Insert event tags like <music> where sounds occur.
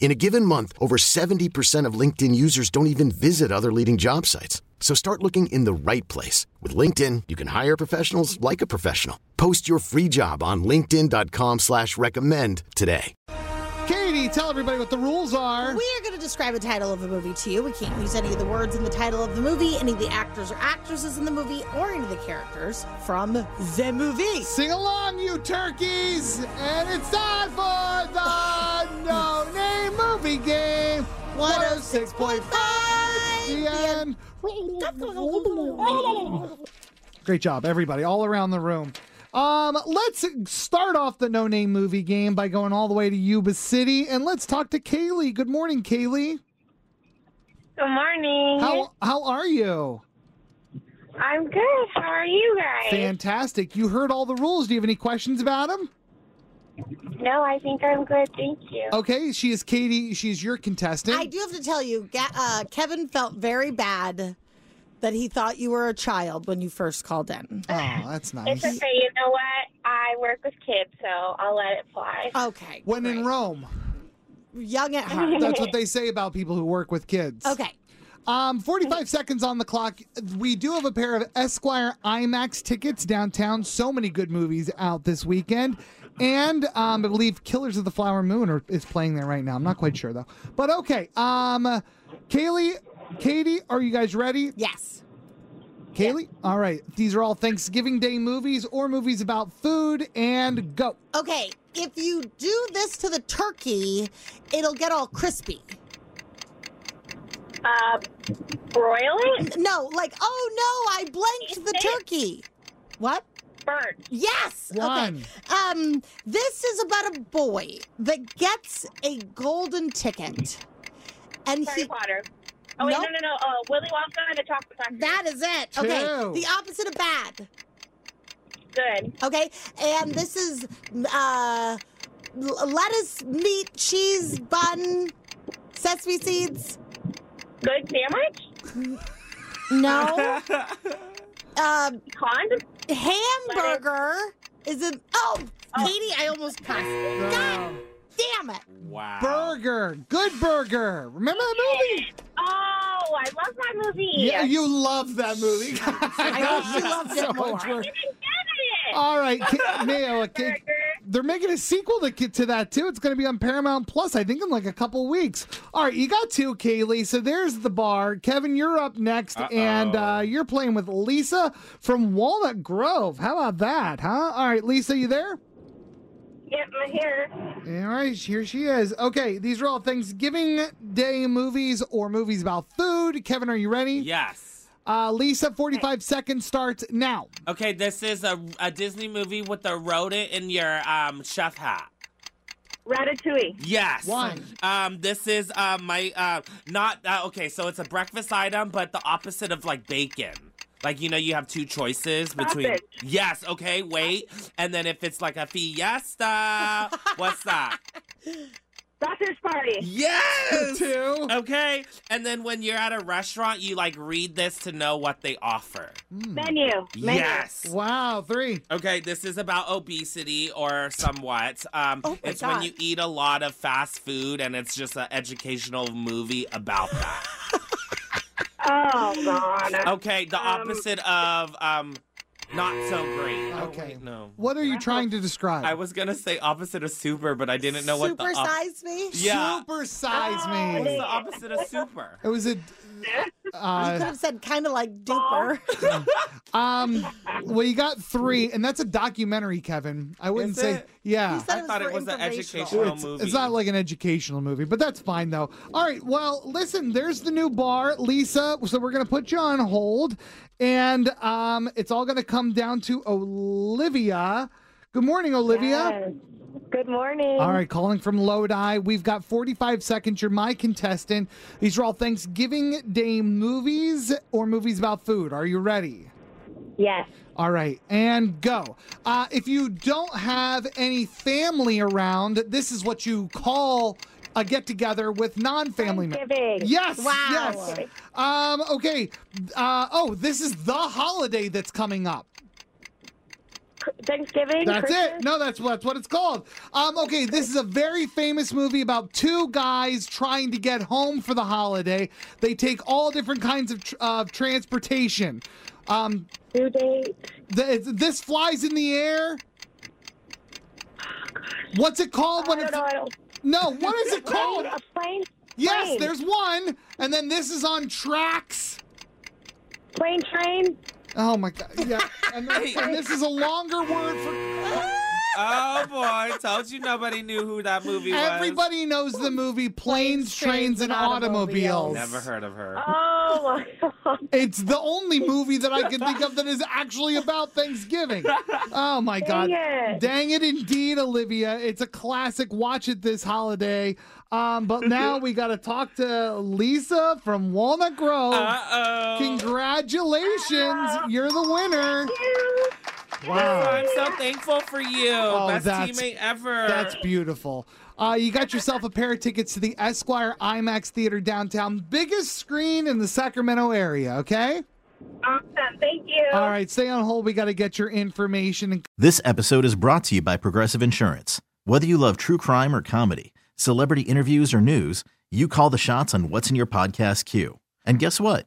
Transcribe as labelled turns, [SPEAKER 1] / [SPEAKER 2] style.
[SPEAKER 1] In a given month, over 70% of LinkedIn users don't even visit other leading job sites. So start looking in the right place. With LinkedIn, you can hire professionals like a professional. Post your free job on linkedin.com slash recommend today.
[SPEAKER 2] Katie, tell everybody what the rules are.
[SPEAKER 3] We are going to describe the title of a movie to you. We can't use any of the words in the title of the movie, any of the actors or actresses in the movie, or any of the characters from the movie.
[SPEAKER 2] Sing along, you turkeys! And it's time for the No Name Movie Game 106.5! The end. Great job, everybody, all around the room. Um, let's start off the No Name Movie Game by going all the way to Yuba City, and let's talk to Kaylee. Good morning, Kaylee.
[SPEAKER 4] Good morning.
[SPEAKER 2] How how are you?
[SPEAKER 4] I'm good. How are you guys?
[SPEAKER 2] Fantastic. You heard all the rules. Do you have any questions about them?
[SPEAKER 4] No, I think I'm good. Thank you.
[SPEAKER 2] Okay, she is Katie. She is your contestant.
[SPEAKER 3] I do have to tell you, Ga- uh, Kevin felt very bad that he thought you were a child when you first called in.
[SPEAKER 2] Oh, that's
[SPEAKER 4] It's
[SPEAKER 2] nice.
[SPEAKER 4] okay. You know what? I work with kids, so I'll let it fly.
[SPEAKER 2] Uh,
[SPEAKER 3] Okay.
[SPEAKER 2] When in
[SPEAKER 3] great.
[SPEAKER 2] Rome,
[SPEAKER 3] Young
[SPEAKER 2] <laughs>
[SPEAKER 3] at heart.
[SPEAKER 2] that's what they say about people who work with kids.
[SPEAKER 3] okay.
[SPEAKER 2] Um, 45 seconds on the clock. We do have a pair of Esquire IMAX tickets downtown. So many good movies out this weekend. And um, I believe Killers of the Flower Moon are, is playing there right now. I'm not quite sure, though. But okay. Um, Kaylee, Katie, are you guys ready?
[SPEAKER 3] Yes.
[SPEAKER 2] Kaylee? All right. These are all Thanksgiving Day movies or movies about food. And go.
[SPEAKER 3] Okay. If you do this to the turkey, it'll get all crispy.
[SPEAKER 4] Uh, broil it,
[SPEAKER 3] No, like, oh no, I blanked the turkey. What?
[SPEAKER 4] burn.
[SPEAKER 3] Yes.
[SPEAKER 2] One.
[SPEAKER 3] Okay. Um, this is about a boy that gets a golden ticket, and
[SPEAKER 2] <laughs>
[SPEAKER 4] Harry
[SPEAKER 3] he.
[SPEAKER 4] Potter. Oh wait,
[SPEAKER 3] Nope.
[SPEAKER 4] no, no, no. Uh, Willy Wonka and the Chocolate Factory.
[SPEAKER 3] That is it. Okay.
[SPEAKER 2] Two.
[SPEAKER 3] The opposite of bad.
[SPEAKER 4] good.
[SPEAKER 3] Okay. And this is uh, l- lettuce, meat, cheese, bun, sesame seeds.
[SPEAKER 4] Good sandwich.
[SPEAKER 2] <laughs>
[SPEAKER 3] No. uh,
[SPEAKER 4] Cond.
[SPEAKER 3] hamburger is it? Oh, Katie, I almost cussed. God damn it.
[SPEAKER 2] Burger. Good Burger. Remember that movie?
[SPEAKER 4] Oh, I love that movie.
[SPEAKER 2] Yeah, you love that movie.
[SPEAKER 3] <laughs> I
[SPEAKER 2] <laughs>
[SPEAKER 3] wish you loved it
[SPEAKER 2] So
[SPEAKER 3] more.
[SPEAKER 2] much work.
[SPEAKER 4] I didn't get it.
[SPEAKER 2] All right, Ki-
[SPEAKER 3] <laughs>
[SPEAKER 2] Mayo. Ki-
[SPEAKER 4] Burger.
[SPEAKER 2] They're making a sequel to ki- to that too. It's going to be on Paramount Plus, I think, in like a couple weeks. All right, you got two, Kaylee. So there's the bar. Kevin, you're up next, and uh, you're playing with Lisa from Walnut Grove. How about that, huh? All right, Lisa, you there?
[SPEAKER 4] Get my hair.
[SPEAKER 2] All right, here she is. Okay, these are all Thanksgiving Day movies or movies about food. Kevin, are you ready?
[SPEAKER 5] Yes.
[SPEAKER 2] Uh, Lisa, 45 seconds starts now.
[SPEAKER 5] Okay, this is a, a Disney movie with a rodent in your um, chef hat.
[SPEAKER 4] Ratatouille.
[SPEAKER 5] Yes.
[SPEAKER 2] One.
[SPEAKER 5] Um, this is uh, my uh, not uh, okay. So it's a breakfast item, but the opposite of like bacon. Like you know, you have two choices between
[SPEAKER 4] Sausage.
[SPEAKER 5] yes. Okay, wait, and then if it's like a fiesta, what's that?
[SPEAKER 4] Sausage
[SPEAKER 2] <laughs>
[SPEAKER 4] party.
[SPEAKER 5] Yes.
[SPEAKER 2] Two.
[SPEAKER 5] Okay, and then when you're at a restaurant, you like read this to know what they offer.
[SPEAKER 2] Mm.
[SPEAKER 4] Menu. Menu.
[SPEAKER 5] Yes.
[SPEAKER 2] Wow, three.
[SPEAKER 5] Okay, this is about obesity or somewhat. Um,
[SPEAKER 3] Oh my
[SPEAKER 5] it's
[SPEAKER 3] God.
[SPEAKER 5] when you eat a lot of fast food, and it's just an educational movie about that.
[SPEAKER 3] <laughs>
[SPEAKER 4] Oh God.
[SPEAKER 5] Okay, the
[SPEAKER 4] Um,
[SPEAKER 5] opposite of um, not so great. Oh,
[SPEAKER 2] Okay.
[SPEAKER 5] wait, no.
[SPEAKER 2] What are you trying to describe?
[SPEAKER 5] I was gonna say opposite of super, but I didn't know what the
[SPEAKER 3] Super
[SPEAKER 5] op-
[SPEAKER 3] size me.
[SPEAKER 5] yeah.
[SPEAKER 2] Super size
[SPEAKER 4] Oh,
[SPEAKER 5] What's
[SPEAKER 2] me.
[SPEAKER 3] <laughs>
[SPEAKER 5] the opposite of super?
[SPEAKER 2] It was a
[SPEAKER 3] you could
[SPEAKER 2] Uh,
[SPEAKER 3] have said kind of like duper.
[SPEAKER 2] um, well, you got three, and that's a documentary, Kevin. I wouldn't
[SPEAKER 5] Is
[SPEAKER 2] say.
[SPEAKER 5] it?
[SPEAKER 2] Yeah.
[SPEAKER 3] You said
[SPEAKER 5] I
[SPEAKER 3] it was
[SPEAKER 5] thought
[SPEAKER 3] for
[SPEAKER 5] it was an
[SPEAKER 3] informational.
[SPEAKER 5] educational
[SPEAKER 2] it's,
[SPEAKER 5] movie.
[SPEAKER 2] it's not like an educational movie, but that's fine though. All right, well, listen, there's the new bar, Lisa. So we're gonna put you on hold, and um, it's all gonna come down to Olivia. Good morning, Olivia.
[SPEAKER 4] Yes. Good morning.
[SPEAKER 2] All right, calling from Lodi. We've got 45 seconds. You're my contestant. These are all Thanksgiving Day movies or movies about food. Are you ready?
[SPEAKER 4] Yes.
[SPEAKER 2] All right, and go. Uh, if you don't have any family around, this is what you call a get together with non family members.
[SPEAKER 4] Thanksgiving.
[SPEAKER 2] Yes.
[SPEAKER 3] Wow.
[SPEAKER 2] Yes. Um, okay. Uh, oh, this is the holiday that's coming up.
[SPEAKER 4] Cr- Thanksgiving.
[SPEAKER 2] That's
[SPEAKER 4] Christmas?
[SPEAKER 2] it. No, that's what, that's what it's called. Um, okay, this is a very famous movie about two guys trying to get home for the holiday. They take all different kinds of tr- of transportation. Um,
[SPEAKER 4] Due date.
[SPEAKER 2] th- it's- this flies in the air. What's it called
[SPEAKER 4] I
[SPEAKER 2] when
[SPEAKER 4] don't
[SPEAKER 2] it's
[SPEAKER 4] know. I don't.
[SPEAKER 2] no? What is it
[SPEAKER 4] Plane,
[SPEAKER 2] called?
[SPEAKER 4] a plane.
[SPEAKER 2] Oh! Yes,
[SPEAKER 4] plane.
[SPEAKER 2] there's one, and then this is on tracks.
[SPEAKER 4] plane train.
[SPEAKER 2] Oh my god! Yeah, and, this- and this is a longer word for
[SPEAKER 5] <laughs> oh boy, told you nobody knew who
[SPEAKER 3] <laughs>
[SPEAKER 5] that movie was.
[SPEAKER 2] everybody knows the movie Planes, Trains, and Automobiles. <laughs>
[SPEAKER 3] Automobiles.
[SPEAKER 5] Never heard of her.
[SPEAKER 4] Oh <laughs> my god.
[SPEAKER 2] It's the only movie that I can think of that is actually about Thanksgiving. Oh my god.
[SPEAKER 4] Dang it.
[SPEAKER 2] Dang it indeed, Olivia. It's a classic. Watch it this holiday. Um, but now we gotta talk to Lisa from Walnut Grove.
[SPEAKER 5] Uh oh.
[SPEAKER 2] Congratulations. You're the winner.
[SPEAKER 5] I'm so thankful for you. Best
[SPEAKER 2] Oh, that's-
[SPEAKER 5] teammate ever.
[SPEAKER 2] That's beautiful. Uh, you got yourself a pair of tickets to the Esquire IMAX Theater downtown, biggest screen in the Sacramento area, okay?
[SPEAKER 4] Awesome. Thank you.
[SPEAKER 2] All right, stay on hold. We got to get your information and
[SPEAKER 6] This episode is brought to you by Progressive Insurance. Whether you love true crime or comedy, celebrity interviews or news, you call the shots on what's in your podcast queue. And guess what?